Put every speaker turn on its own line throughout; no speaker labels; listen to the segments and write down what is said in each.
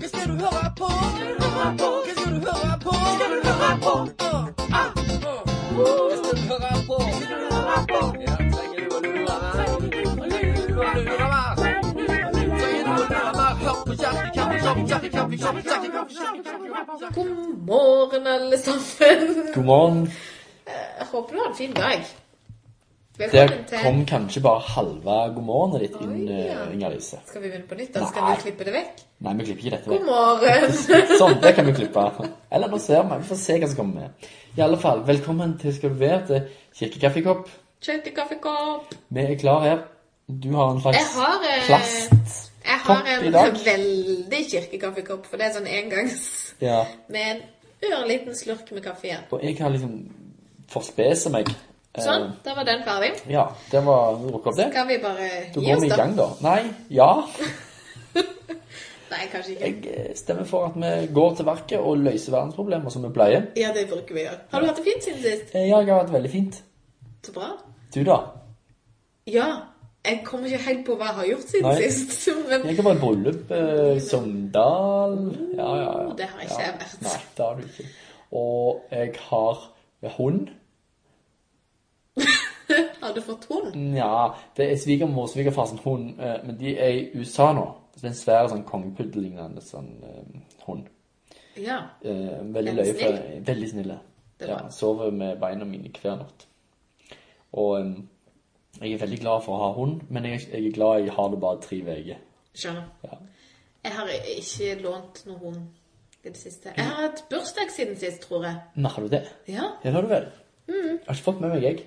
Det skal du høre på. Det skal du høre på. Det skal du høre på. Uh, ah, uh. Det skal du høre på. Ja, trenger du å lure meg? Trenger du å lure meg? Trenger du å lure meg? Hør på Kjersti Kaffekjapp, Kjersti Kaffekjapp, Kjersti Kaffekjapp.
God morgen, alle sammen. Eh,
God morgen.
Jeg håper du har en fin dag.
Der
Velkommen til
kom kanskje bare halve god morgenen ditt inn,
Oi, ja.
eh, Inger-Lise.
Skal vi begynne på nytt? Da skal vi
Nei.
klippe det vekk.
Nei, vi klipper ikke dette
God
vekk.
morgen.
Sånn, det kan vi klippe. Eller nå ser vi. Vi får se hva som kommer med. I alle fall, velkommen til Skal du være til Kirkekaffekopp.
Kjente kaffekopp.
Vi er klar her. Du har en
Jeg
slags
har, eh,
plast.
Jeg
Kopp
har en
i dag.
veldig kirkekaffekopp, for det er sånn engangs
Ja.
med en ørliten slurk med kaffe igjen.
Og jeg har liksom forspese meg. Eh,
Sånn, da var den ferdig.
Ja, det var Rukk opp det.
Skal vi bare
Da
gi
går
oss,
vi i
da?
gang, da. Nei. Ja.
Nei, kanskje ikke.
Jeg eh, stemmer for at vi går til verket og løser verdensproblemer som vi pleier.
Ja, det bruker vi å gjøre. Har du hatt det fint siden sist?
Eh, Ja, jeg har vært veldig fint.
Så bra.
Du, da?
Ja. Jeg kommer ikke helt på hva jeg har gjort siden
Nei.
sist. Men
Jeg har vært i bryllup eh, i Sogndal. Ja, ja, ja.
Det har ikke
ja.
jeg vært.
Nei, det har du ikke. Og jeg har hund.
har du fått hund?
Ja, det er svigermor og svigerfar sin hund, eh, men de er i USA nå. Så det er en svær sånn kongepuddel-lignende sånn eh, hund.
Ja.
Eh, veldig
Er den
løye.
snill?
for- Veldig snille.
Det er
Ja,
bra.
sover med beina mine hver natt. Og eh, jeg er veldig glad for å ha hund, men jeg, er- jeg er glad jeg har det bare tre uker.
Skjønner.
Ja.
Jeg har ikke lånt noen hund i det siste.
Mm.
Jeg har hatt bursdag siden sist, tror jeg.
Men har du det?
Ja.
Ja, det har du vel. Jeg har ikke fått med meg, jeg.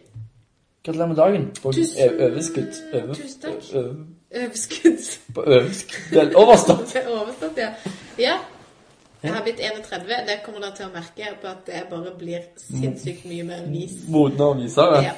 Gratulerer med dagen. På
Mm. Tusen-
overskudd. Over-
tusen takk.
over-
Overskudd.
På overskudd. Vel, Overstått.
Det er overstått, ja. Ja. Jeg har blitt 31. Det kommer dere til å merke på at jeg bare blir
Mm.
sinnssykt mye mer vis.
Modne avisere.
Ja,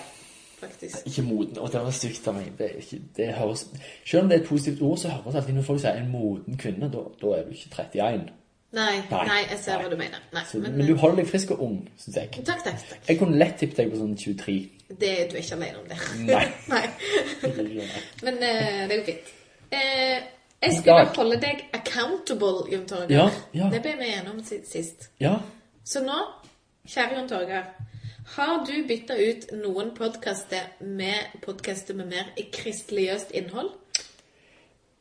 faktisk.
Ikke modne. Og det var stygt av meg. Det er ikke, det høres, selv om det er et positivt ord, så høres det alltid når folk sier en moden kvinne, da, da er du ikke 31.
Nei,
Nei.
nei, jeg ser
Nei.
hva du mener. Nei,
Så, men,
men, eh,
du holder deg frisk og ung, syns jeg.
Takk, takk. takk.
Jeg kunne lett tippet deg på sånn 23.
Det, du er ikke alene om det.
Nei.
Men eh, det går fint. Eh, jeg
God
skulle
dag.
holde deg accountable, Jon Torgeir.
Ja, ja.
Det ble vi enige om si- sist.
Ja.
Så nå, kjære Jon Torgeir, har du bytta ut noen podkaster med podkaster med mer kristeligøst innhold?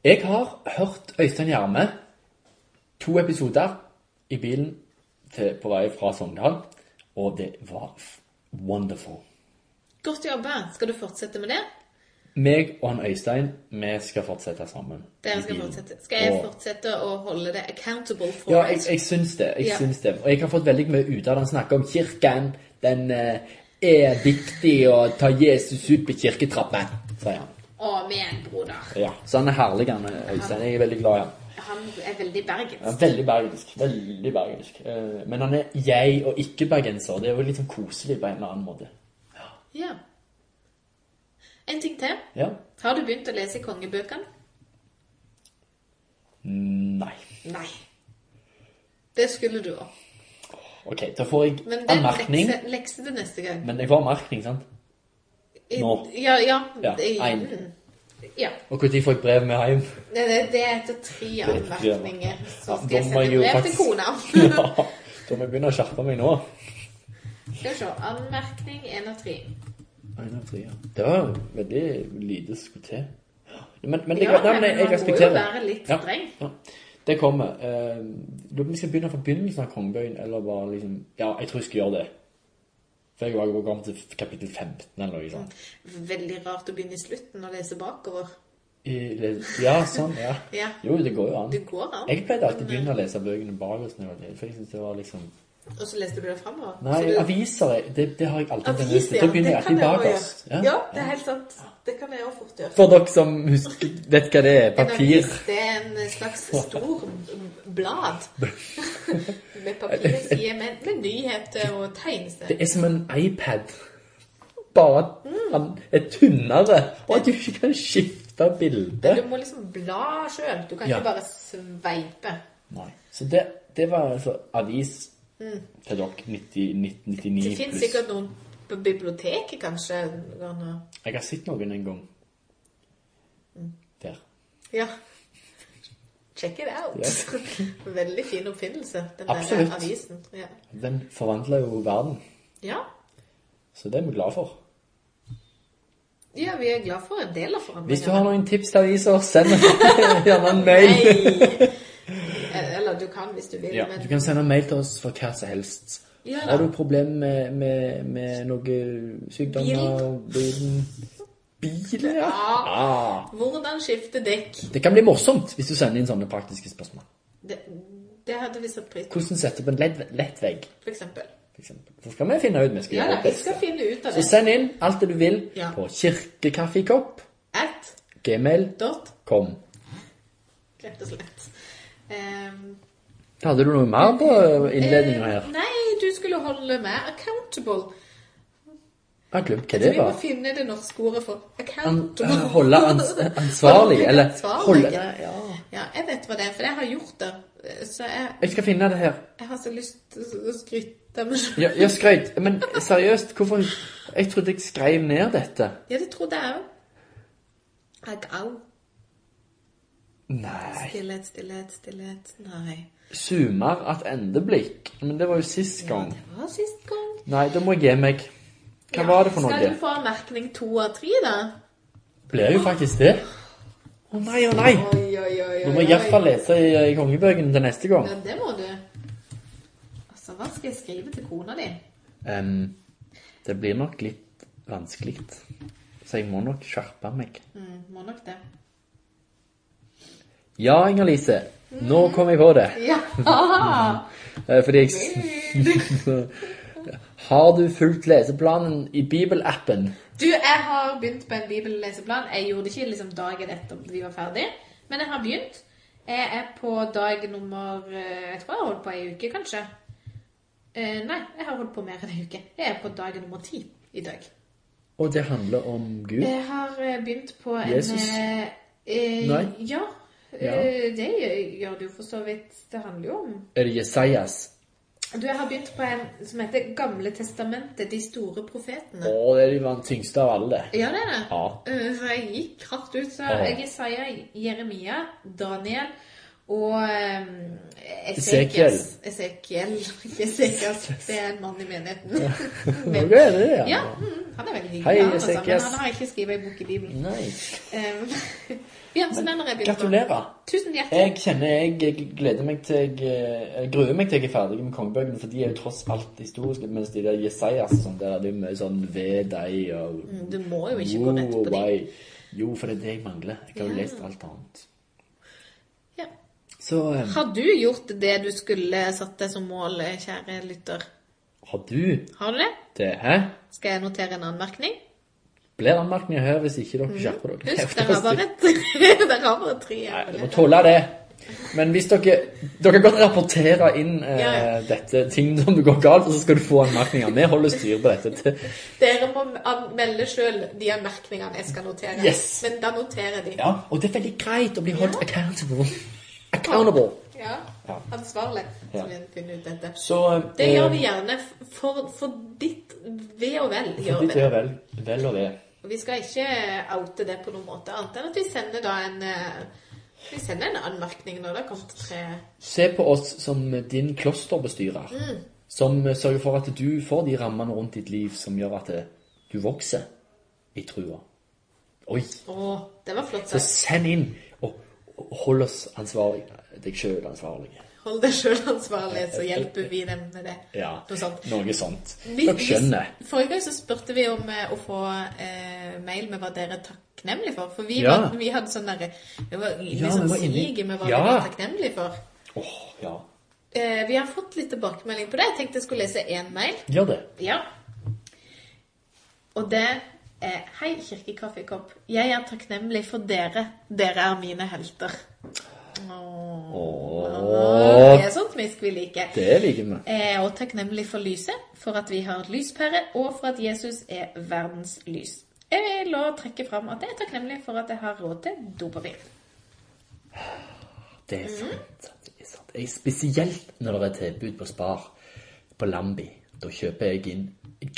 Jeg har hørt Øystein Gjerme to episoder i bilen til, på vei fra Sogndal, og det var f- wonderful.
Godt jobba. Skal du fortsette med det?
Meg og han Øystein, vi skal fortsette sammen. i
Dere skal
bilen.
fortsette. Skal jeg
Og-
fortsette å holde det accountable for
Ja,
meg?
jeg, jeg syns det. jeg
Ja.
syns det. Og jeg har fått veldig mye ut av det. Han snakker om kirken. Den eh, er viktig å ta Jesus ut på kirketrappen, sier han.
Å, men, broder.
Ja, Så han er herlig, han Øystein. Jeg er veldig glad i han.
Han er veldig bergensk.
Ja, veldig bergensk. Veldig bergensk. Eh, Men han er jeg og ikke bergenser. Det er jo litt sånn koselig på en eller annen måte.
Ja. En ting til.
Ja?
Har du begynt å lese kongebøkene?
Nei.
Nei. Det skulle du òg.
Ok, da får jeg
Men det er
anmerkning.
lekse, lekse til neste gang.
Men jeg får anmerkning, sant?
I-
Nå.
Ja, ja.
Ja,
det-
en.
mm. ja.
Og når får jeg brev med hjem?
Det, det, det er etter tre
er etter tre
anmerkninger. Så
Ja,
skal
da
jeg sende
må jeg jo
brev til
faktisk-
kona.
ja, da må jeg begynne å skjerpe meg nå.
Skal vi se. Anmerkning én av tre.
En av tre, ja. Det var veldig lite som skulle til. Men, men, jeg,
Ja,
nei, men jeg, jeg
man
respekterer
må
det.
jo være litt
Ja.
streng.
Ja. Det kommer. Eh, Lurer på om vi skal begynne fra begynnelsen av kongebøyen, eller bare liksom Ja, jeg tror jeg skal gjøre det. For jeg var jo kommet til kapittel 15, eller noe sånt.
Veldig rart å begynne i slutten og lese bakover.
I, le- ja, sånn, ja.
Ja.
Jo, det går jo an.
Det går an. eh,
Jeg pleide alltid å begynne å lese bøkene bakerst, når jeg var liten, for jeg syntes det var liksom
Og så leste du det framover.
Nei, aviser er- det, det har jeg alltid tendens
Aviser,
til.
ja.
Da begynner
Det
jeg
kan
alltid
jeg også
bakerst.
gjøre. Ja, det er helt sant. Det kan jeg òg fort gjøre.
For dere som husker, vet hva det er,
En
papir
avis, Det er en slags stor blad med papirsider med, med nyheter og
Det
tegneserier.
er som en iPad. Bare at han er tynnere, og at du ikke kan skifte bilde.
Du må liksom bla sjøl. Du kan
Ja.
ikke bare sveipe.
Nei. Så det, det var altså avis til dere 90, 1999
Det fins
pluss.
sikkert noen på biblioteket, kanskje. Kan ha-
Jeg har sett noen en gang. Der.
Ja. Check it out.
Yes.
Veldig fin oppfinnelse, den
Absolutt.
der avisen. Ja.
Den forvandler jo verden,
ja.
så det er vi glad for.
Ja, vi er glad for en del av forandringene.
Hvis du har noen tips til aviser, send gjerne en mail.
Nei! Eller du kan hvis du vil,
Ja,
men
du kan sende en mail til oss for hva som helst.
Ja.
Har du problemer med, med, med noe sykdommer? Bilen? Bilen, ja. Ah.
hvordan skifte dekk?
Det kan bli morsomt hvis du sender inn sånne praktiske spørsmål.
Det, det hadde vi satt pris på,
Hvordan sette opp en lett, lett vegg,
for eksempel.
for eksempel. Så skal vi finne ut. Vi skal
Ja,
gjøre
da,
vårt
vi skal
beste.
finne ut av
Så
det.
send inn alt det du vil
Ja.
på kirkekaffekopp,
At
gmail.com.
dot, rett og slett. Ehm,
Hadde du noe mer på innledninga her?
eh, Nei, du skulle holde med accountable.
Jeg har glemt hva
Så
det
vi må
var.
finne det norske ordet for
An-
accountable.
Holde ans ansvarlig, eller
Ansvarlig.
holde ja.
Ja, jeg vet hva det er, for jeg har gjort det. Eh, Så jeg,
Jeg skal finne det her.
jeg har så lyst til å skryte av meg selv.
Ja, jeg skrøt. Men seriøst, hvorfor Jeg trodde jeg skrev ned dette.
Ja, det trodde jeg òg. Accountable.
Nei
Stillhet, stillhet, stillhet. Nei.
Zoomer at endeblikk. Men det var jo sist gang.
Det var sist gang.
Nei, da må jeg gi meg. Hva var det for noe?
Skal du få merkning to av tre, da?
Blir jo faktisk det. Å nei, å nei!
Oi, oi, oi.
Nå må jeg i hvert fall lese i, eh, i kongebøkene til neste gang.
Ja, det må du. Altså, hva skal jeg skrive til kona di?
Em, det blir nok litt vanskelig. Så jeg må nok skjerpe meg.
Mm, må nok det.
Ja, Inger-Lise. Nå kom jeg på det.
Ja!
Eh, Fordi jeg s- Har du fulgt leseplanen i bibelappen?
Du, jeg har begynt på en bibelleseplan. Jeg gjorde det ikke liksom dagen etter vi var ferdig, men jeg har begynt. Jeg er på dag nummer eh, Jeg tror jeg har holdt på ei uke, kanskje. Eh, nei, jeg har holdt på mer enn ei uke. Jeg er på dag nummer ti i dag.
Og det handler om Gud.
Jeg har eh, begynt på en
Jesus?
eh, eh,
Nei.
Ja.
Ja.
Eh, det gjør- gjør det jo for så vidt. Det handler jo om
Er det Jesajas?
Du, jeg har begynt på en som heter Gamle testamentet, de store profetene.
Å, det er jo den tyngste av alle, det.
Ja, det er det.
Ja.
Eh, For jeg gikk hardt ut. Så
Ja.
jeg Jesaja, Jeremia, Daniel og um,
Esekiel.
Esekias. Esekiel. Ikke Esekias. Det er en mann i menigheten.
Nå
Men,
er det det,
ja, mm, han er veldig hyggelig.
Hei,
han, altså, men
Esekias.
han har ikke skrevet ei bok i Bibelen.
Nei.
Um, Bjørnsen er når jeg begynte.
Gratulerer.
Tusen hjertelig.
Jeg kjenner jeg, jeg gleder meg til jeg, eh, jeg gruer meg til jeg er ferdig med kongebøkene, for de er jo tross alt historiske, mens de der Jesajas og sånn, der er det jo mye sånn ved deg og
Du må jo ikke gå rett på Mm, det.
Why? Jo, for det er det jeg mangler. Jeg har jo lest alt annet.
Ja.
Så eh,
Har du gjort det du skulle satt deg som mål, kjære lytter?
har du
Har du det?
det, hæ?
Skal jeg notere en anmerkning?
Blir anmerkninger her hvis ikke dere skjerper dere?
Husk, dere har Mm. bare tre. Dere har bare tre.
Nei, dere må tåle det. Men hvis dere Dere kan godt rapportere inn eh,
Ja, ja.
dette ting som går galt, og så skal du få anmerkninger. Vi holder styr på dette. til-
Dere må an- melde sjøl de anmerkningene jeg skal notere.
Yes.
Men da noterer de.
Ja, og det er veldig greit å bli holdt accountable. Accountable.
Ja,
Ja.
Ansvarlig.
Ja.
Så vi finner ut dette.
Så
Det gjør vi gjerne f- for, for ditt ve og vel. gjør vi
Ditt
det.
eh, gjør vel. Vel og ved.
Og Vi skal ikke oute det på noen måte, annet enn at vi sender da en eh, vi sender en anmerkning når det kommer til tre
Se på oss som din klosterbestyrer.
Mm.
Som sørger for at du får de rammene rundt ditt liv som gjør at eh, du vokser i trua. Oi.
Å, det var flott
Så
sagt.
send inn, og og hold oss ansvarlig. Deg sjøl ansvarlig.
Hold deg sjøl ansvarlig, så hjelper vi dem med det.
Ja,
Noe sånt.
noe sånt.
Vi-
Dere skjønner.
vi- Forrige gang så spurte vi om eh, å få eh, mail med hva dere er takknemlige for. For vi,
Ja.
var, vi hadde sånn derre Vi var
Ja,
liksom
vi var inne i-
sige med hva vi
Ja.
var takknemlige for.
Åh, ja.
Eh, vi har fått litt tilbakemelding på det. Jeg tenkte jeg skulle lese én mail.
Gjør det.
Ja. Og det er Hei, Kirkekaffekopp. Jeg er takknemlig for dere. Dere er mine helter. Åh.
Åh,
Det er sånt smisk vi liker.
det liker vi.
Eh, og takknemlig for lyset, for at vi har lyspære, og for at Jesus er verdens lys. Jeg vil også trekke fram at jeg er takknemlig for at jeg har råd til dopapir.
Det er sant. Mm. Det er sant. Jeg, spesielt når det er tilbud på Spar, på Lambi. Da kjøper jeg inn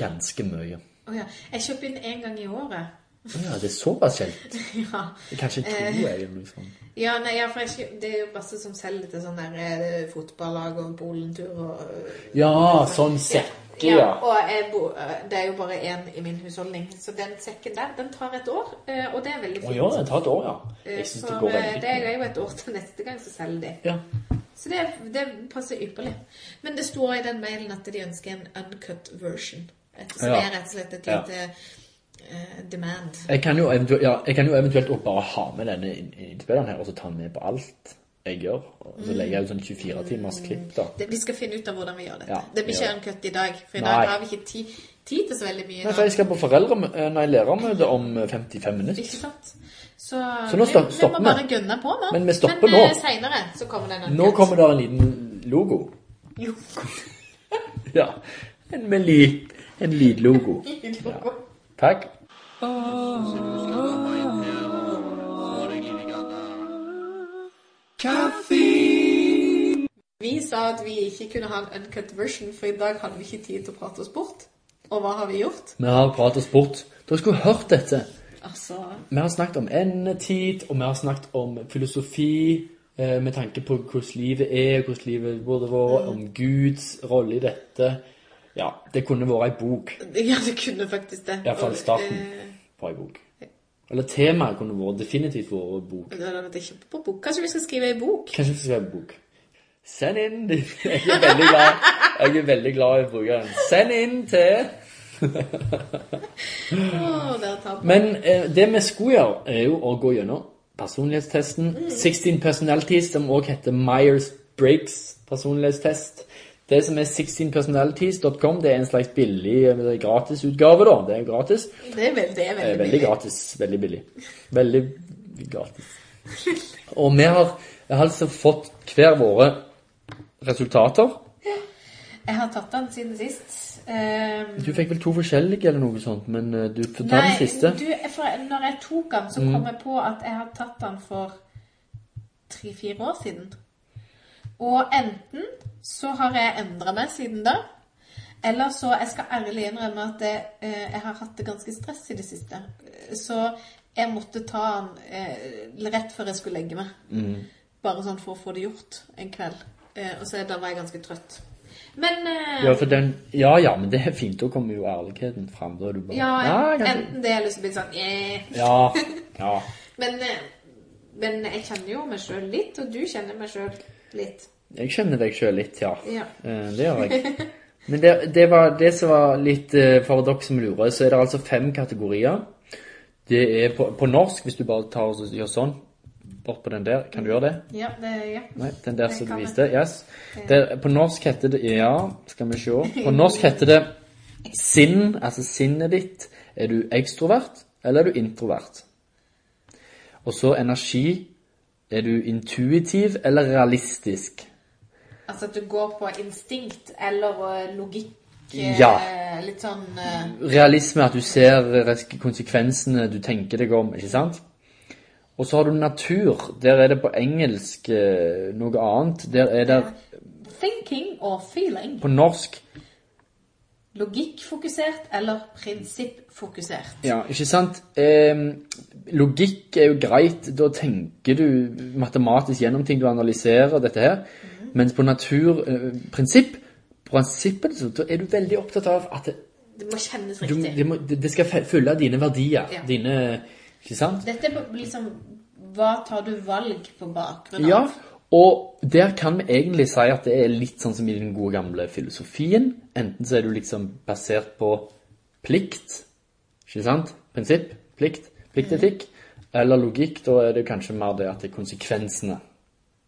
ganske mye.
Å ja. Jeg kjøper inn én gang i året.
Ja, det er såpass sjeldent.
Ja.
Kanskje to
Eh.
eller noe sånt.
Ja, nei, ja, for jeg, skri- det er jo masse som selger til sånn der eh, fotballag og bolentur og eh,
Ja, sånn sekker, ja.
Og jeg bo, eh, det er jo bare én i min husholdning, så den sekken der, den tar et år, eh, og det er veldig
Å
fint.
ja, det tar et år, ja.
Eh,
Jeg syns
for,
det går
eh,
veldig
det
fint.
er jo et år til neste gang, så selger de.
Ja.
Så det, det passer ypperlig. Men det står i den mailen at de ønsker en uncut version. Et- Som
Ja.
er rett og slett et
Ja.
lite eh, demand.
Jeg kan jo eventuelt, ja, jeg kan jo eventuelt også bare ha med denne inn- innspilleren her, og så ta den med på alt jeg gjør. Og
Mm.
så legger jeg ut sånn 24 timers klipp, da.
Det, vi skal finne ut av hvordan vi gjør dette.
Ja,
det blir
vi
ikke
gjør
uncut i dag, for i
Nei.
dag har vi ikke tid, tid til så veldig mye.
Nei,
nå.
for jeg skal på foreldre, nei, lærermøte om 55 minutter.
Ikke sant? Så,
Så nå
vi-
stopp- stopper
vi.
vi.
må bare gønne på nå.
Men vi stopper nå.
Men seinere så kommer den
Nå kommer det en liten logo.
Jo.
Ja, en med lyd. En lydlogo. Ja. Takk.
Vi sa at vi ikke kunne ha en uncut version, for i dag hadde vi ikke tid til å prate oss bort. Og hva har vi gjort?
Vi har prat og sport. Dere skulle hørt dette.
Altså
Vi har snakket om endetid, og vi har snakket om filosofi eh, med tanke på hvordan livet er, og hvordan livet burde
Mm.
vært, om Guds rolle i dette. Ja, det kunne vært ei bok.
Ja, det kunne faktisk det.
Iallfall
Og,
starten
eh,
på ei bok. Eller temaet kunne vært definitivt vært bok.
eh, det hadde vært kjempe på bok. Kanskje vi skal skrive ei bok?
Kanskje vi skal skrive bok. Send inn din Jeg er veldig glad Jeg er veldig glad i å bruke den. Send inn til
Å, dere tar på.
Men eh, det vi skulle gjøre, er jo å gå gjennom personlighetstesten. 16 personalities, som også heter Myers-Briggs personlighetstest. Det som er 16personalities.com, det er en slags billig eh, gratisutgave, da. Det er gratis.
Det er veldig, det er
Det er
veldig,
veldig gratis. Veldig billig. Veldig gratis. Og vi har altså fått hver våre resultater.
Jeg har tatt den siden sist. Eh,
Du fikk vel to forskjellige eller noe sånt, men eh, du får ta
Nei,
den siste. Mm.
Du, for når jeg tok den, så kom jeg på at jeg har tatt den for tre-fire år siden. Og enten så har jeg endra meg siden da, eller så Jeg skal ærlig innrømme at jeg, eh, jeg har hatt det ganske stress i det siste. Så jeg måtte ta den eh, rett før jeg skulle legge meg.
Mm.
Bare sånn for å få det gjort en kveld. Eh, og så da var jeg ganske trøtt. Men eh,
Ja, for den, ja, ja, men det er fint. Da kommer jo ærligheten fram. Da er du bare
ja,
Nei, kanskje-
enten det eller så blir det sånn eh.
Ja. ja.
Men, eh, men jeg kjenner jo meg sjøl litt, og du kjenner meg sjøl litt.
Jeg kjenner deg sjøl litt, ja.
Ja.
Eh, Det gjør jeg. Men det, det var det som var litt eh, for dere som lurer, så er det altså fem kategorier. Det er på, på norsk, hvis du bare tar og gjør sånn Bort på den der. Kan du gjøre det?
Ja, det, ja.
Nei, den der
Den
som du
kan jeg.
viste. Yes. Der, på norsk heter det Ja, skal vi se. På norsk heter det sinn, altså sinnet ditt. Er du ekstrovert, eller er du introvert? Og så energi. Er du intuitiv eller realistisk?
Altså at du går på instinkt eller eh, logikk. eh,
Ja.
Litt sånn eh,
Realisme, at du ser res- konsekvensene du tenker deg om, ikke sant? Og så har du natur. Der er det på engelsk eh, noe annet. Der er det
thinking og feeling.
på norsk
Logikkfokusert eller prinsippfokusert.
Ja, ikke sant? Ehm, logikk er jo greit, da tenker du matematisk gjennom ting, du analyserer dette her.
Mhm.
Mens på naturprinsipp, prinsippet, så da er du veldig opptatt av at det,
Det må kjennes
du,
riktig.
det, må, det det skal fe- følge dine verdier.
Ja.
Dine Ikke sant?
Dette er på- liksom Hva tar du valg på bakgrunn av?
Ja. Og der kan vi egentlig si at det er litt sånn som i den gode gamle filosofien. Enten så er du liksom basert på plikt, ikke sant? Prinsipp, plikt, pliktetikk. Eller logikk, da er det kanskje mer det at det er konsekvensene.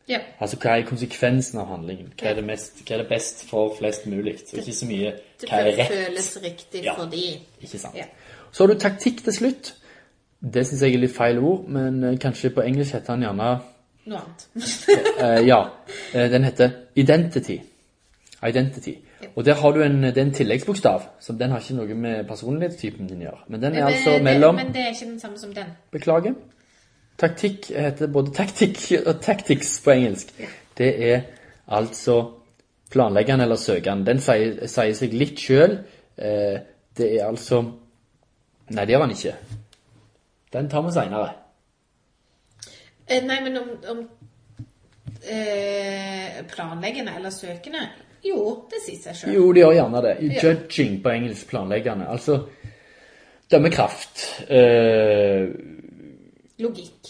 Ja.
Altså hva er konsekvensen av handlingen? Hva
Ja.
er det, mest, hva er det best for flest mulig? Så ikke så mye
Det
hva er
føles
rett,
riktig
Ja.
for de.
ikke sant?
Ja.
Så har du taktikk til slutt. Det syns jeg er litt feil ord, men eh, kanskje på engelsk heter han gjerne
Noe annet.
Eh, ja. Eh, Den heter Identity. Identity. Og der har du en, det er en tilleggsbokstav, så den har ikke noe med personlighetstypen din å gjøre. Men den er altså
Eh, men,
mellom
men det er ikke den samme som den.
Beklager. Taktikk heter både taktikk og tactics på engelsk. Det er altså planleggende eller søkende. Den sier, sier seg litt sjøl. Eh, det er altså Nei, det gjør han ikke. Den tar vi seinere.
Eh, Nei, men om, om eh, planleggende eller søkende Jo, det sier seg sjøl.
Jo, de gjør gjerne det. Judging på engelsk planleggende. Altså dømmekraft. Eh,
Logikk.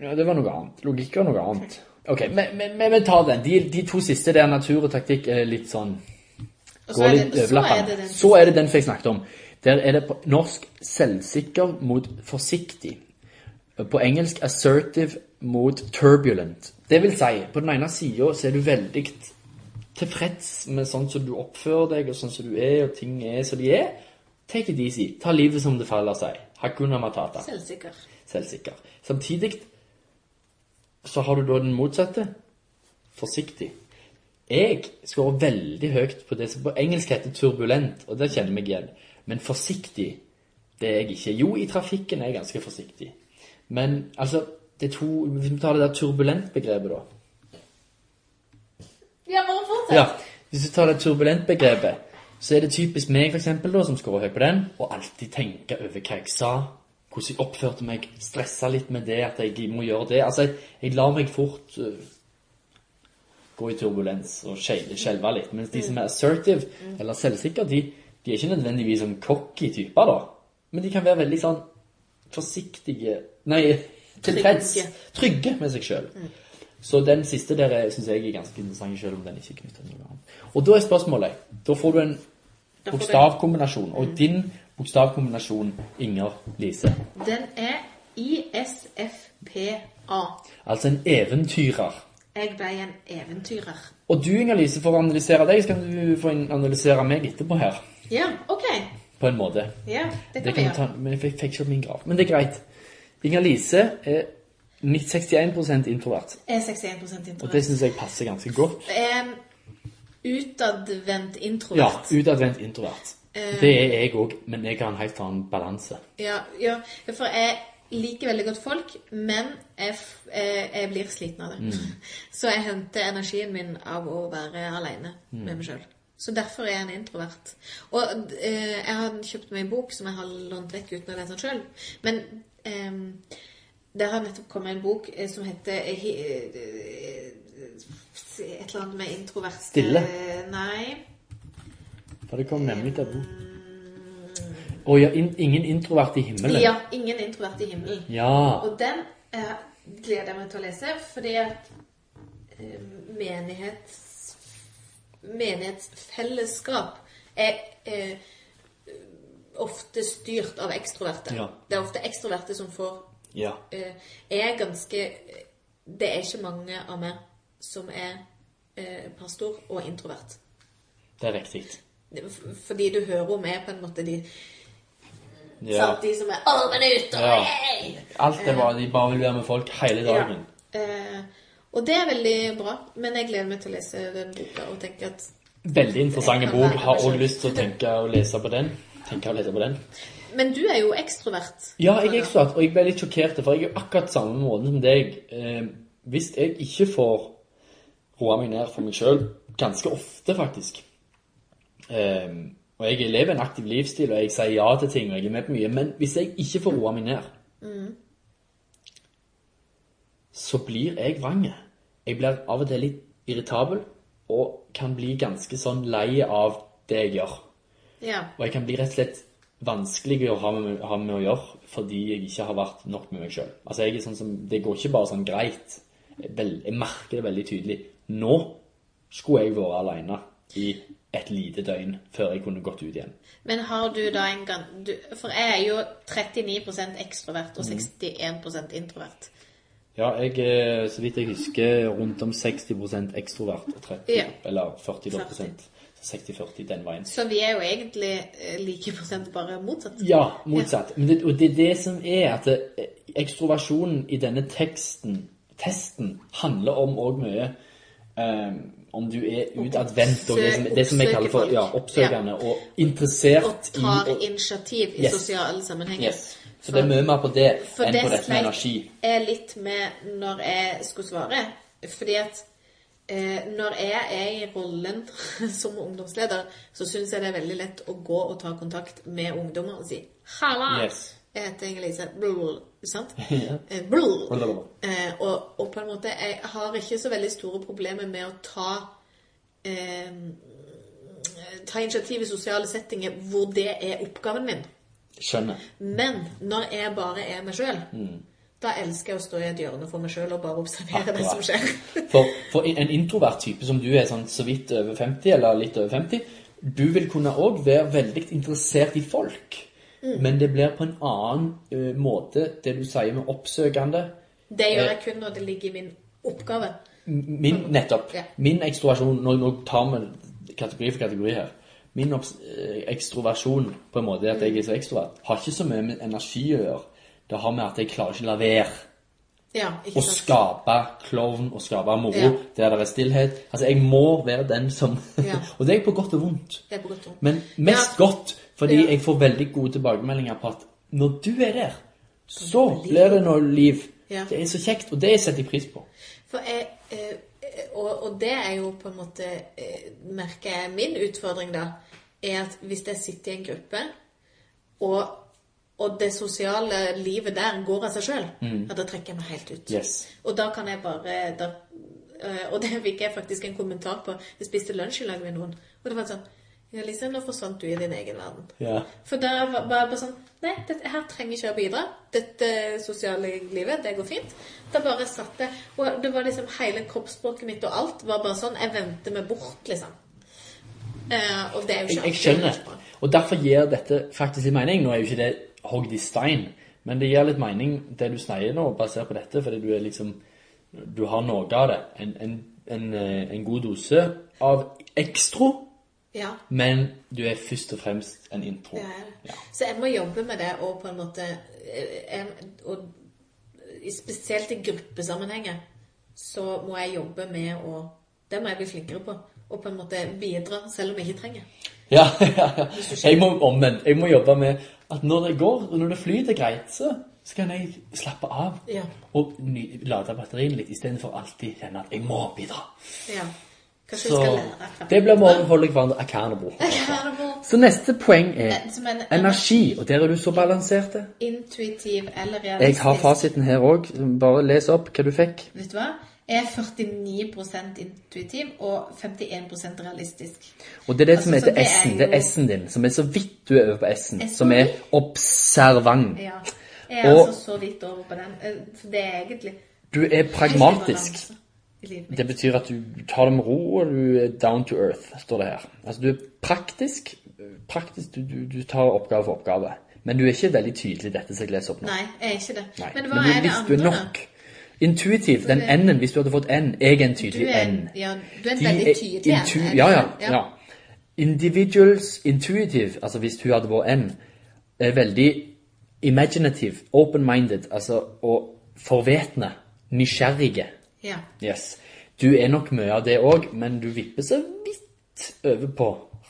ja, det var noe annet. Logikk var noe annet. Ok, men, men, men vi tar den. De, de to siste der, natur og taktikk, er litt sånn
Og så
går
er
litt
det, så er det
overlappende.
den
Så er det den som jeg snakket om. Der er det på norsk selvsikker mot forsiktig. På engelsk assertive mot turbulent. Det vil si, på den ene sida så er du veldig tilfreds med sånn som du oppfører deg, og sånn som du er, og ting er som de er. Take it easy. Ta livet som det faller seg. Hakuna matata
selvsikker.
selvsikker. Samtidig så har du da den motsatte. Forsiktig. Jeg skårer veldig høyt på det som på engelsk heter turbulent, og der kjenner jeg meg igjen. Men forsiktig, det er jeg ikke. Jo, i trafikken er jeg ganske forsiktig. Men altså, det er to Hvis vi tar det der turbulent-begrepet, da.
Ja, bare fortsett.
Ja, Hvis du tar det turbulent-begrepet, så er det typisk meg for eksempel, da, som scorer høyt på den, og alltid tenke over hva jeg sa, hvordan jeg oppførte meg, stressa litt med det, at jeg må gjøre det. Altså, jeg, jeg lar meg fort øh, gå i turbulens og skjele- skjelve litt. Mens de som er assertive eller selvsikre, de, de er ikke nødvendigvis sånn cocky typer, da. Men de kan være veldig sånn forsiktige Nei, tilfreds.
Trygge.
Trygge med seg sjøl. Så den siste der syns jeg er ganske interessant, selv om den ikke er knyttet til noe annet. Og da er spørsmålet Da får du en
Da får du-
bokstavkombinasjon. Og din bokstavkombinasjon, Inger Lise,
Den er ISFPA.
altså en eventyrer.
Jeg ble en eventyrer.
Og du, Inger Lise, får analysere deg, så kan du få inn- analysere meg etterpå her.
Ja, OK.
På en måte.
Ja, det kan
Det kan
vi
vi ta,
gjøre.
men jeg fikk, fikk ikke opp min graf. Men det er greit. Inger Lise er 61 introvert.
Jeg er 61
Og det
introvert.
syns jeg passer ganske godt.
Em, Utadvendt
Ja,
introvert.
utadvendt introvert.
Eh.
Det er jeg òg, men jeg har en helt annen balanse.
Ja, ja, for jeg liker veldig godt folk, men jeg, f eh, jeg blir sliten av det. Så jeg henter energien min av å være alene med meg sjøl. Så derfor er jeg en introvert. Og eh, jeg har kjøpt meg en bok som jeg har lånt vekk uten å lese den sjøl. Men eh, der har nettopp kommet en bok eh, som heter eh, hi- eh, eh, Et eller annet med introvert
Stille?
Nei.
For det kom nemlig til bok. Og ja, in, ingen introvert i himmelen.
Ja, 'Ingen introvert i himmelen'.
Ja.
Og den eh, gleder jeg meg til å lese, fordi at eh, menighets, menighetsfellesskap er eh, ofte styrt av ekstroverte.
Ja.
Det er ofte ekstroverte som får
ja.
eh, er ganske Det er ikke mange av meg som er eh, pastor og introvert.
Det er riktig.
F- Fordi du hører om er på en måte de,
Ja.
sant, de som er 'Å, men ute!' og
Ja.
«Hei!»
Alt det var, de bare vil være med folk hele dagen.
Ja. Eh, og det er veldig bra, men jeg gleder meg til å lese den boka og tenke at
Veldig interessante
Det kan
bok.
være
Har òg
personlig.
lyst til å tenke og lese på den. Tenke og lese på den.
Men du er jo ekstrovert.
Ja, jeg er ekstrovert, og jeg ble litt sjokkert, for jeg er jo akkurat samme måten som deg. Eh, hvis jeg ikke får roa meg ned for meg sjøl, ganske ofte faktisk eh, Og jeg lever en aktiv livsstil, og jeg sier ja til ting, og jeg er med på mye, men hvis jeg ikke får roa meg ned, så blir jeg vrange. Jeg blir av og til litt irritabel, og kan bli ganske sånn lei av det jeg gjør.
Ja.
Og jeg kan bli rett og slett vanskelig å ha med, ha med å gjøre fordi jeg ikke har vært nok med meg sjøl. Altså, jeg er sånn som Det går ikke bare sånn greit. Jeg, vel, jeg merker det veldig tydelig. Nå skulle jeg vært aleine i et lite døgn før jeg kunne gått ut igjen.
Men har du da en gang du, For jeg er jo 39 ekstrovert og
Mm.
61 introvert.
Ja, jeg er, så vidt jeg husker, rundt om 60 ekstrovert og 30
Ja.
Eller 40 da
40.
prosent. Så 60-40 den veien.
Så vi er jo egentlig eh, like prosent, bare motsatt.
Ja, motsatt. Men det, og det er det som er at det, ekstroversjonen i denne teksten, testen, handler om òg mye eh, om du er utadvendt og det som, det som jeg kaller for ja, oppsøkende og
Og
interessert i
tar
Mm, og-
initiativ i
Yes.
sosiale sammenhenger.
Yes. Så det er mye mer på det
For
enn
det
på dette med
sleit
energi.
jeg litt med når jeg skulle svare. Fordi at eh, når jeg er i rollen som ungdomsleder, så syns jeg det er veldig lett å gå og ta kontakt med ungdommer og si 'Halla!
Yes.
Jeg heter Inger-Lise. Blul, sant?
Ja.
Eh, Blul.
Blul.
Eh, og, og på en måte, jeg har ikke så veldig store problemer med å ta eh, Ta initiativ i sosiale settinger hvor det er oppgaven min.
Skjønner.
Men når jeg bare er meg sjøl, da elsker jeg å stå i et hjørne for meg sjøl og bare observere det som skjer.
For, for en introvert type som du er sånn så vidt over 50, eller litt over 50, du vil kunne òg være veldig interessert i folk. Men det blir på en annen eh, måte, det du sier med oppsøkende.
Det gjør jeg kun når det ligger i min oppgave.
Min, nettopp.
Ja.
Min ekstroversjon Nå, nå tar vi kategori for kategori her. Min obs eh, ekstroversjon, på en måte, det at jeg er så ekstrovert, har ikke så mye med energi å gjøre. Det har med at jeg klarer ikke å la være.
Ja, ikke
Å
sant?
skape klovn og skape moro
Ja.
der det er stillhet. Altså, jeg må være den som
Ja.
Og det er på godt og vondt.
Det er på godt og vondt.
Men mest
Ja.
godt, fordi
Ja.
jeg får veldig gode tilbakemeldinger på at når du er der, så
blir
blir det noe liv.
Ja.
Det er så kjekt, og det setter jeg pris på.
For jeg, eh, eh, og, og det er jo på en måte eh, Merker jeg min utfordring, da, er at hvis jeg sitter i en gruppe, og, og det sosiale livet der går av seg sjøl, ja, da trekker jeg meg helt ut.
Mm. Yes.
Og da kan jeg bare da, eh, Og det fikk jeg faktisk en kommentar på. Jeg spiste lunsj i lag med noen, og det var sånn Ja, Lise, nå forsvant du i din egen verden.
Ja.
For da var var jeg bare sånn Nei, dette, her trenger ikke jeg å bidra. Dette sosiale livet, det går fint. Da bare satt jeg Og det var liksom hele kroppsspråket mitt og alt var bare sånn Jeg vendte meg bort, liksom. Eh, og det er jo
Jeg,
ikke
jeg
alltid
skjønner.
like bra.
Og derfor gir dette faktisk litt mening. Nå er jo ikke det hogd i stein, men det gir litt mening det du sier nå, basert på dette, fordi du er liksom Du har noe av det. En, en, en, eh, en god dose av ekstro,
Ja.
men du er først og fremst en intro.
Det er det. Så jeg må jobbe med det og på en måte eh, jeg, og, i- Spesielt i gruppesammenhenger så må jeg jobbe med å Det må jeg bli flinkere på. Og på en måte bidra, selv om jeg ikke trenger.
Ja, ja, ja. Jeg må omvendt. Jeg må jobbe med at når det går, og når det flyter greit, så så kan jeg slappe av
Ja.
og ny, lade batterien litt, istedenfor alltid kjenne at jeg må bidra.
Ja. Kanskje vi
Så
skal lære av
det blir vi å holde hverandre accountable.
Accountable.
Så neste poeng er
Eh, som en-
energi, og der er du så balansert. det.
Intuitiv eller realistisk.
Jeg har fasiten her òg. Bare les opp hva du fikk.
Vet du hva? Jeg er 49 intuitiv og 51 realistisk.
Og det er det som
Altså, så
heter
det er
S-en. Det er
jo-
S-en din, som er så vidt du er over på S-en.
Jeg
Som
så
er
vidt.
observant.
Ja. Jeg er
Og-
altså så vidt over på den. Eh, For det er egentlig
Du er pragmatisk.
helt i balanse i livet mitt.
Det betyr at du tar det med ro, og du er down to earth, står det her. Altså, du er praktisk. praktisk du, du, du tar oppgave for oppgave. Men du er ikke veldig tydelig i dette som jeg leser opp nå.
Nei, jeg er ikke det.
Nei,
Men
Men,
hva
du,
er det
hvis du er
andre? da?
nok intuitiv, den
det-
N-en, hvis du hadde fått N Jeg er en
Du
tydelig
er en,
N.
ja, du er en
De
veldig
er
tydelig en,
intu-
er du
Ja, ja,
ikke?
ja. Individuals intuitive, altså hvis hun hadde vært en, er veldig imaginative, open-minded, altså og forvetne, nysgjerrige.
ja.
Yes. Du er nok mye av det òg, men du vipper så vidt over på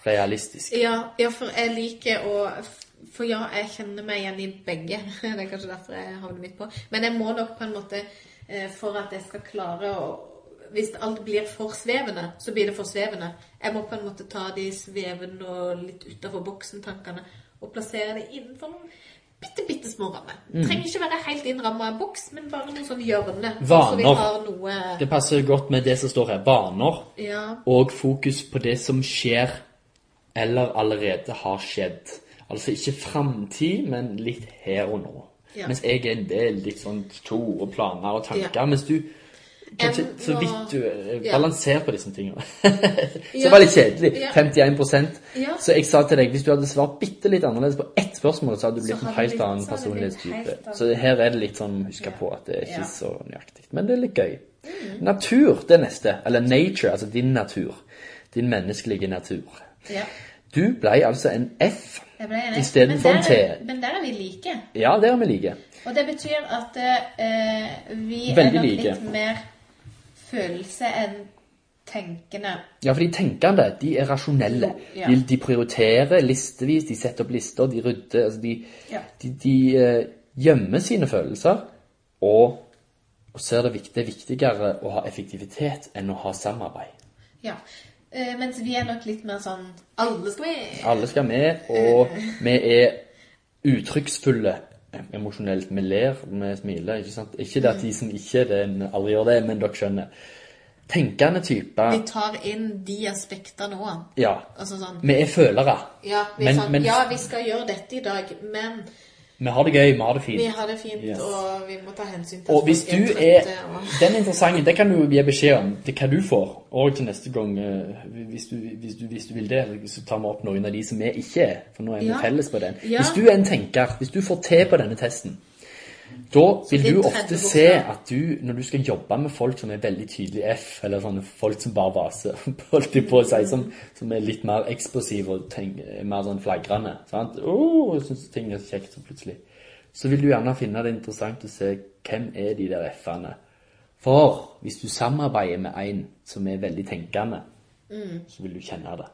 realistisk.
Ja, ja, for jeg liker å For ja, jeg kjenner meg igjen i begge. Det er kanskje derfor jeg havner midt på. Men jeg må nok på en måte eh, For at jeg skal klare å Hvis alt blir for svevende, så blir det for svevende. Jeg må på en måte ta de svevende og litt utafor boksen-tankene og plassere det innenfor noen bitte, bitte små rammer.
Mm.
Trenger ikke være helt innramma av en boks, men bare noe sånn hjørne. Så vi
Vaner.
har noe
Det passer godt med det som står her. Vaner
Ja.
og fokus på det som skjer eller allerede har skjedd. Altså ikke framtid, men litt her og nå.
Ja.
Mens jeg er en del litt sånn store planer og tanker.
Ja.
Mens du kanskje
En
så
var-
vidt du er
Ja.
balansert på disse tingene. så
Ja.
det var litt kjedelig.
Ja.
51
Ja.
Så jeg sa til deg hvis du hadde svart bitte litt annerledes på ett spørsmål, så hadde du blitt en
hadde
helt
blitt-
annen
så hadde det blitt
personlighetstype.
helt annet.
Så her er det litt sånn huske på at det er ikke
Ja.
så nøyaktig. Men det er litt gøy. Natur, det neste. Eller nature, altså din natur. Din menneskelige natur.
ja.
Du ble altså en F.
Jeg ble enig.
I stedet
Men
for en
der er-
T.
Men der er vi like.
Ja, det er vi like.
Og det betyr at eh, vi
Veldig
er nok
like.
litt mer følelse enn tenkende.
Ja, for de tenkende, de er rasjonelle.
Ja.
De, de prioriterer listevis, de setter opp lister, de rydder. Altså de,
Ja.
de, de eh, gjemmer sine følelser og, og ser det viktig, det er viktigere å ha effektivitet enn å ha samarbeid.
Ja. Eh, mens vi er nok litt mer sånn Alle skal vi
Alle skal med, og vi er uttrykksfulle emosjonelt. Vi ler, vi smiler. Ikke sant? Ikke det at de som ikke er det, aldri gjør det, men dere skjønner. Tenkende typer.
Vi tar inn de aspektene òg.
Ja.
Altså sånn
Vi er følere.
Ja, vi er
Men-
sånn,
men-
ja, vi skal gjøre dette i dag, men
Vi har det gøy, vi har det fint.
vi har sånn det fint,
Yes.
og vi må ta hensyn til
Og hvis
folk
du er
trøtte, og-
Den interessante, det kan du gi beskjed om. Det hva du får. Og til neste gang, eh, hvis du, hvis du, hvis du vil det, så tar vi opp noen av de som vi ikke er. For nå er vi
Ja.
felles på den.
Ja.
Hvis du er en tenker, hvis du får til på denne testen, da vil
din
du ofte
30%
se at du, når du skal jobbe med folk som er veldig tydelig F, eller sånne folk som bare vaser, holdt jeg på å si, som, som er litt mer eksplosive og tenk, er mer sånn flagrende sant? «Åh, jeg synes ting er så kjekt, så plutselig. Så vil du gjerne finne det interessant å se hvem er de der F-ene. For hvis du samarbeider med en som er veldig tenkende, så vil du kjenne det.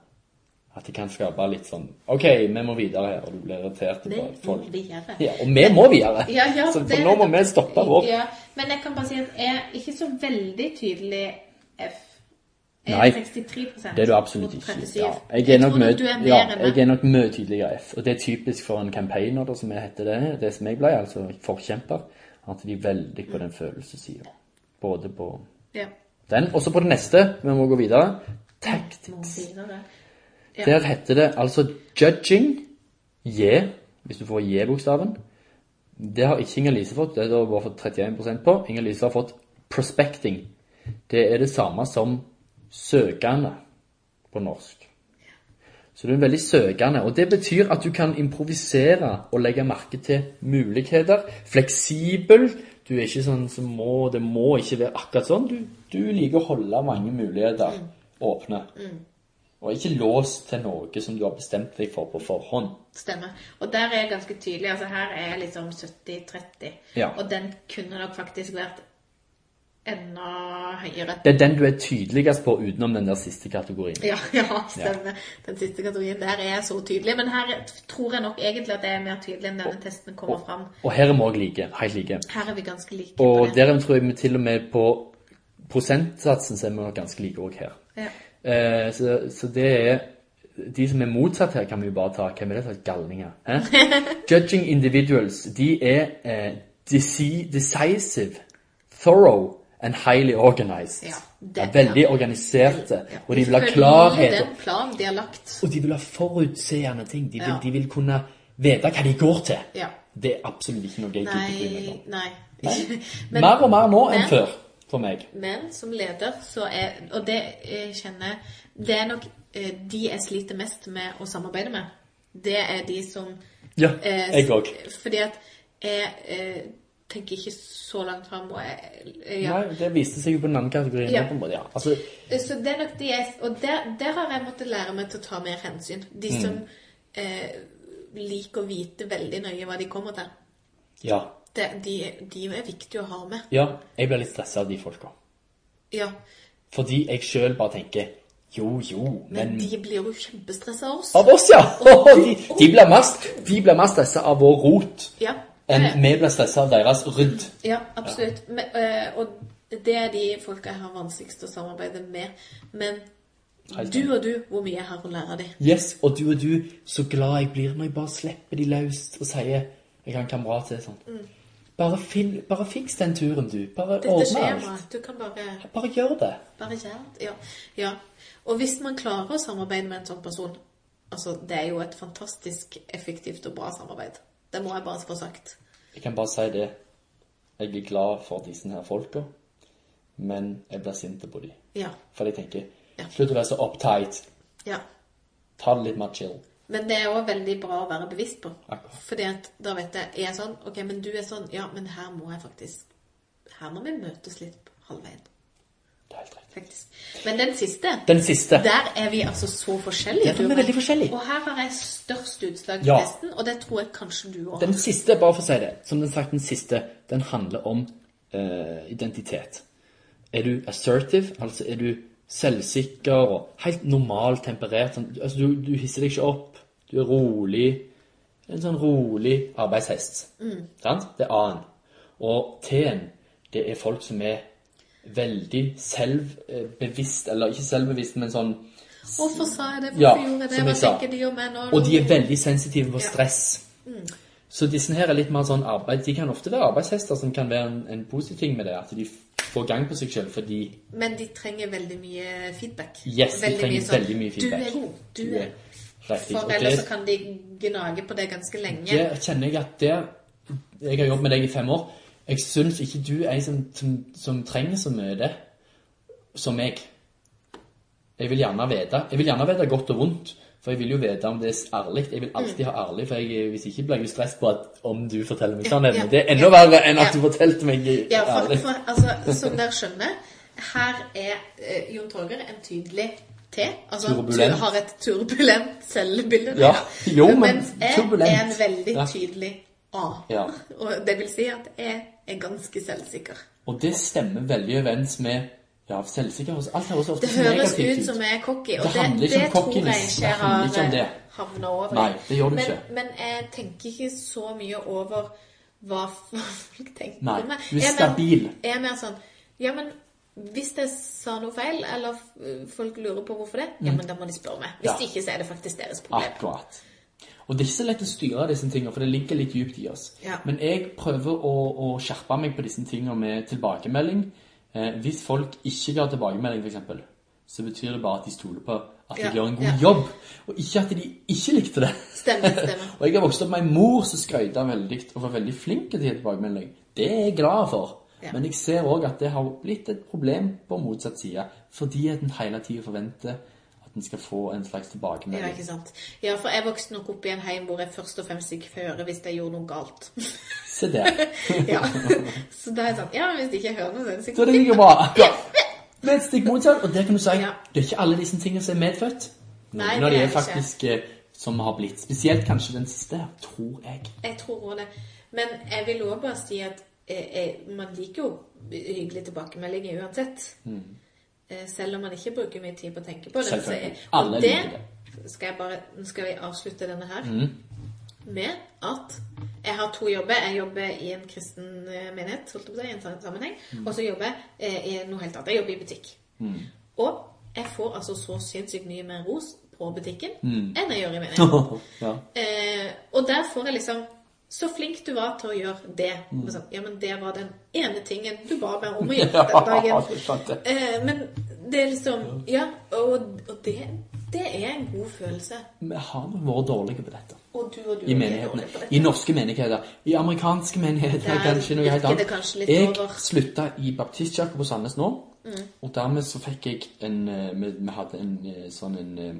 At det kan skape litt sånn OK, vi må videre her, og du blir irritert. på at
Det
folk...
vil vi gjøre.
Ja, og vi må videre.
Ja, ja,
så
det-
for nå må vi stoppe vår.
Ja, men jeg kan bare si at jeg er ikke så veldig tydelig F. Jeg er
Nei,
63
Det er du absolutt ikke. Ja. Jeg, er
Jeg
nok
tror
mye,
nok du er mer
ja,
enn
jeg
meg.
er nok mye tydeligere F. Og det er typisk for en campaigner, da, som jeg heter det, det som jeg ble, altså forkjemper, at de er veldig på den følelsessida. Både på
Ja.
den, og så på det neste. Vi må gå videre.
Må
Tactics.
videre. Ja.
Der heter det altså judging, J, hvis du får J-bokstaven. Det har ikke Inger-Lise fått, det har hun bare fått 31 på. Inger-Lise har fått prospecting. Det er det samme som søkende på norsk. Så du er veldig søkende, og det betyr at du kan improvisere og legge merke til muligheter. Fleksibel. Du er ikke sånn som må Det må ikke være akkurat sånn. Du, du liker å holde mange muligheter åpne. Og ikke låst til noe som du har bestemt deg for på forhånd.
Stemmer. Og der er jeg ganske tydelig. Altså her er jeg liksom 70-30.
Ja.
Og den kunne nok faktisk vært enda høyere.
Det er den du er tydeligst på utenom den der siste kategorien.
Ja, ja, stemmer. Den siste kategorien. Der er jeg så tydelig. Men her tror jeg nok egentlig at jeg er mer tydelig enn denne testen kommer fram.
Og her er vi òg like. Helt like.
Her er vi ganske like.
Og
på det.
der tror jeg vi til og med på prosentsatsen så er vi nok ganske like òg her.
Ja.
Eh, så, så det er De som er motsatt her, kan vi jo bare ta. Hvem er det for galninger? hæ? Judging individuals. De er eh, deci- decisive, thorough and highly organized.
Ja,
det,
det-
er veldig organiserte.
Ja.
Og de vil ha
Følger
klarhet.
Den planen de har lagt.
Og de vil ha forutseende ting. De vil,
Ja.
de vil kunne vite hva de går til.
Ja.
Det er absolutt ikke noe jeg gidder bry meg
Nei,
om.
nei.
Mer og mer nå enn
men-
før, for meg.
Men som leder så er Og det eh, kjenner Det er nok eh, de jeg sliter mest med å samarbeide med. Det er de som
Ja,
eh,
jeg òg.
Fordi at jeg eh, tenker ikke så langt fram. Og jeg, ja.
Nei, Det viste seg jo på den andre kategorien.
Ja.
nå, på en måte, ja. Altså,
Så det er nok de jeg Og der, der har jeg måttet lære meg til å ta mer hensyn. De
Mm.
som eh, liker å vite veldig nøye hva de kommer til.
ja.
Det, de, de er viktige å ha med.
ja, jeg blir litt stressa av de folka.
Ja.
Fordi jeg sjøl bare tenker jo, jo, men
Men de blir jo kjempestressa av oss.
Av oss, ja! De, de blir mest, de blir mer stressa av vår rot
Ja.
enn
Ja, ja.
vi blir stressa av deres rydd.
Ja, absolutt. Men, øh, og det er de folka jeg har vanskeligst å samarbeide med. Men
Helt
du
enig.
og du, hvor mye jeg har å lære av de.
Yes, og du og du, så glad jeg blir når jeg bare slipper de løst og sier Jeg har en kamerat som er sånn. Bare, fin, bare fiks den turen, du. Bare
Mm. Dette
ordne
skjer
alt.
at du kan bare,
Bare gjør det.
bare kjært. Ja. ja. Og hvis man klarer å samarbeide med en sånn person Altså, det er jo et fantastisk effektivt og bra samarbeid. Det må jeg bare få sagt.
Jeg kan bare si det. Jeg er glad for disse her folka, men jeg blir sint på dem.
Ja.
For jeg tenker
Ja.
Slutt å være så uptight.
ja.
Ta det litt mer chill.
Men det er òg veldig bra å være bevisst på.
Akkurat.
Fordi at da vet jeg Er jeg sånn? Ok, men du er sånn. Ja, men her må jeg faktisk Her må vi møtes litt på halvveien.
Det er helt riktig.
faktisk. Men den siste,
Den siste.
der er vi altså så forskjellige.
Der er vi
du og meg.
veldig forskjellige.
Og her har jeg størst utslag i
Ja.
testen, og det tror jeg kanskje du òg
Den siste, bare for å si det, som den sagt, den siste, den handler om eh, identitet. Er du assertive, altså er du selvsikker og helt normalt temperert? Sånn, altså du, du hisser deg ikke opp, du er rolig. En sånn rolig arbeidshest. Sant? Det er A-en. Og T-en, det er folk som er veldig selvbevisst, eller ikke selvbevisst, men sånn
Hvorfor sa jeg det? Hvorfor
Ja,
gjorde jeg det?
som
Hva
jeg sa.
tenker de om meg nå?
og de er veldig sensitive på
Ja.
stress. Så disse her er litt mer sånn arbeid. De kan ofte være arbeidshester, som kan være en, en positiv ting med det. At de f- får gang på seg selv fordi
Men de trenger veldig mye feedback. sånn,
Yes, de trenger veldig mye feedback.
Du er god. Du
de
er
er riktig.
For
Og
ellers
det-
så kan de gnage på det ganske lenge.
Det kjenner jeg at det Jeg har jobbet med deg i fem år. Jeg syns ikke du er en som, som, som trenger så mye det som meg. Jeg vil gjerne vite. Jeg vil gjerne vite godt og vondt. For jeg vil jo vite om det er ærlig. Jeg vil alltid ha ærlig, for jeg, hvis ikke blir jeg jo stress på at om du forteller meg sannheten.
ja,
Det er enda
ja,
verre enn at
ja.
du fortalte meg
Ja, for,
ærlig.
for altså, som dere skjønner, her er eh, Jon Torger en tydelig T. Altså, han
Turbulent.
tu- har et turbulent selvbilde.
Ja, jo, men
Mens jeg
turbulent.
er en veldig
Ja.
tydelig A.
Ja.
Og det vil si at jeg er ganske selvsikker.
Og det stemmer veldig overens med ja, selvsikker. Alt høres ofte
Det høres
negativt
ut som jeg er cocky, og
Det
det,
handler
det,
ikke om
tror jeg
cockiness.
ikke
Det
jeg
handler
har
ikke om det.
havna over.
Nei, det gjør du
men,
ikke.
Men jeg tenker ikke så mye over hva folk tenker
Nei,
om meg.
du er
Jeg mer-
stabil.
Jeg er mer sånn Ja, men hvis jeg sa noe feil, eller øh, folk lurer på hvorfor det, ja, men da må de spørre meg. Hvis
Mm. Ja. Ah.
ikke, så er det faktisk deres problem.
Akkurat. Og det er ikke så lett å styre disse tingene, for det ligger litt dypt i oss.
Ja.
Men jeg prøver å, å skjerpe meg på disse tingene med tilbakemelding. Eh, hvis folk ikke ga tilbakemelding, f.eks., så betyr det bare at de stoler på at jeg
Ja,
gjør en god
ja.
jobb, og ikke at de ikke likte det.
Stemmer, stemmer.
og jeg har vokst opp med en mor som skrøyta veldig og var veldig flink til å gi tilbakemelding. Det er jeg glad for.
Ja.
Men jeg ser òg at det har blitt et problem på motsatt side, fordi at en hele tida forventer at en skal få en slags
Ja,
tilbakemelding.
ikke sant. Ja, for jeg vokste nok opp i en heim hvor jeg først og fremst fikk høre hvis jeg gjorde noe galt.
Se der.
ja. Så da er jeg sånn Ja, men hvis de ikke hører noe, så er det
Så
sikkert
det ligger bra. Ja. Men stikk motsatt, og der kan du si
Ja.
det er ikke alle disse tingene som er medfødt. Noen
Nei,
av de
det er det
er faktisk eh, som har blitt. Spesielt kanskje den siste, her, tror jeg.
Jeg tror også det. Men jeg vil også bare si at eh, eh, man liker jo hyggelig tilbakemelding uansett.
Mm.
Eh, Selv om man ikke bruker mye tid på å tenke på det. så er-
Selvfølgelig. Alle
og
liker det. Mm.
Skal jeg bare, nå skal vi avslutte denne her med at jeg har to jobber. Jeg jobber i en kristen eh, menighet, holdt jeg på å si, i en sånn sammenheng.
Mm.
Og så jobber jeg eh, i noe helt annet. Jeg jobber i butikk. Og jeg får altså så sinnssykt mye mer ros på butikken
Mm.
enn jeg gjør i menigheten.
ja.
Eh, og der får jeg liksom Så flink du var til å gjøre det.
Mm.
Og Sånn, ja, men det var den ene tingen du ba meg om å gjøre den
Ja,
dagen.
det skjønte jeg.
Eh, men det er liksom Ja, og, og det, det er en god følelse.
Vi har nok vært dårlige på dette.
Og du og du
I
er
menighetene.
dårlig på
I
dette.
norske menigheter. I amerikanske menigheter.
Der
kanskje noe helt
virker det
annet.
kanskje litt
Jeg
over. Mm.
slutta i baptistkirka på Sandnes nå. Og dermed så fikk jeg en eh, Vi, vi hadde en eh, sånn en eh,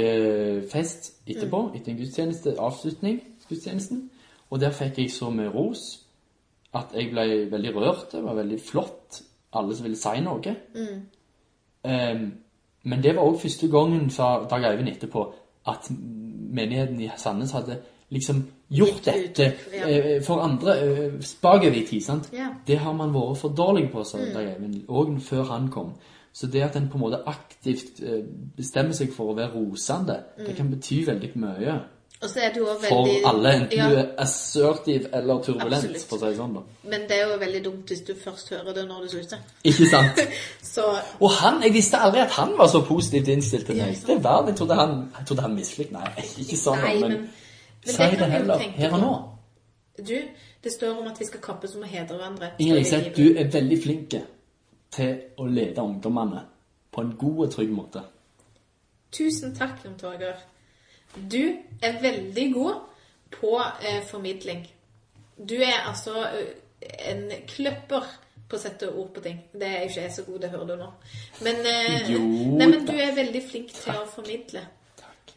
kakefest etterpå.
Mm.
Etter en gudstjeneste. Avslutning. Gudstjenesten. Og der fikk jeg så mye ros at jeg ble veldig rørt. Det var veldig flott. Alle som ville si noe.
Mm.
Ehm, men det var òg første gangen, sa Dag Eivind etterpå, at menigheten i Sandnes hadde liksom gjort
Gitt
dette
uttrykk, ja.
eh, for andre eh, bakover i tid. sant?
Ja. Mm.
Det har man vært for dårlig på, sa Dag Eivind, òg før han kom. Så det at en på en måte aktivt eh, bestemmer seg for å være rosende, det kan bety veldig mye
Og så er det jo også
for
Mm. veldig
alle, enten
ja,
du er assertiv eller turbulent,
Absolutt.
for å si det sånn. da.
Men det er jo veldig dumt hvis du først hører det når du slutter.
Ikke sant?
Så
Og han, jeg visste aldri at han var så positivt innstilt til
Ja,
meg.
sant.
Det var, jeg trodde han, jeg trodde han mislik. Nei, ikke sånn,
Nei,
men,
men- men
si
det
det
kan vi jo
heller.
tenke
Her og
på.
nå.
du, det står om at vi skal kappes om å hedre hverandre.
Inger Liseth, du er veldig flink til å lede ungdommene på en god og trygg måte.
Tusen takk, Jon Torger. Du er veldig god på eh, formidling. Du er altså eh, en kløpper på å sette ord på ting. Det er jo ikke jeg så god, det hører du nå. Men, eh,
Jo
nei, men
da.
du er veldig flink til å formidle.
Takk.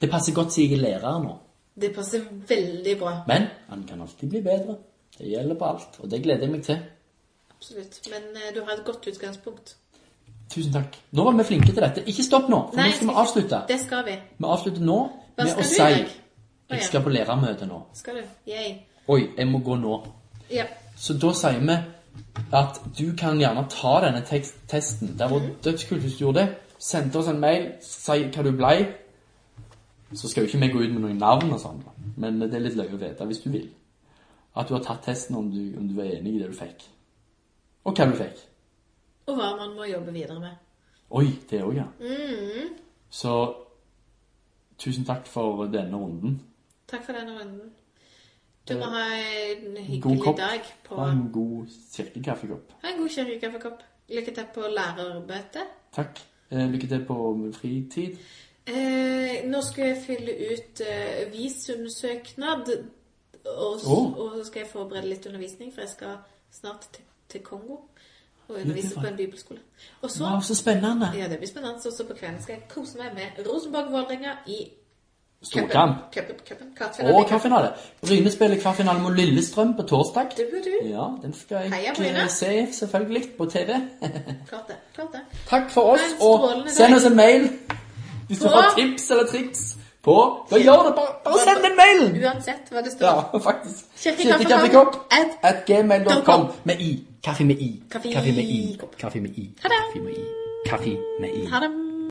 Det passer godt siden jeg er lærer nå.
Det passer veldig bra.
Men han kan alltid bli bedre. Det gjelder på alt, og det gleder jeg meg til.
Absolutt. Men eh, du har et godt utgangspunkt.
Tusen takk. Nå var vi flinke til dette. Ikke stopp nå, for
Nei,
nå skal vi
ikke-
avslutte.
Det skal vi.
Vi avslutter nå
Hva
med
skal
å
du
si
i dag? Å,
Jeg
ja.
skal på lærermøte nå.
Skal du? Yay.
Oi, jeg må gå nå.
Ja.
Så da sier vi at du kan gjerne ta denne tekst testen. Det var
Mhm.
dødskult hvis du gjorde det. Sendte oss en mail, si hva du blei. Så skal jo ikke vi gå ut med noen navn og sånn, men det er litt løye å vite hvis du vil. At du har tatt testen om du, om du er enig i det du fikk. Og hva du fikk.
Og hva man må jobbe videre med.
Oi, det òg, ja.
Mhm.
Så tusen takk for denne runden.
Takk for denne runden. Du må ha en
Eh, God
hyggelig
kopp
dag på
og en god kirkekaffekopp.
Ha en god kirkekaffekopp. Lykke til på lærerbøtet.
Takk. Eh, Lykke til på fritid.
Eh, nå skal jeg fylle ut eh, visumsøknad, og, s-
Åh.
og så skal jeg forberede litt undervisning, for jeg skal snart til, til Kongo og
det
undervise
var-
på en bibelskole. Og så,
Wow, så spennende!
ja, det blir spennende, og så på kvelden skal jeg kose meg med Rosenborg-Vålerenga i
Storkamp.
cupen. cupen,
Og kvartfinale. Bryne spiller kvartfinale mot Lillestrøm på torsdag.
Du, du, du.
Ja, den skal
Heia,
jeg
Bryne.
eh, se selvfølgelig på TV.
Klart det. klart det.
Takk for oss,
Ha en
og
strålende
send
dag.
oss en mail hvis du
På-
har tips eller triks på Da gjør det, bare, bare send en mail!
Uansett hva det
Ja,
står.
faktisk.
Kirkekaffekopp.
Kirkekaffekopp
At-
at gmail.com
com.
med i. Kaffe med i.
Kaffe i.
Kaffe med i. Kaffe med i.
Ha det.
Kaffe med i. Kaffe med i.
Ha det.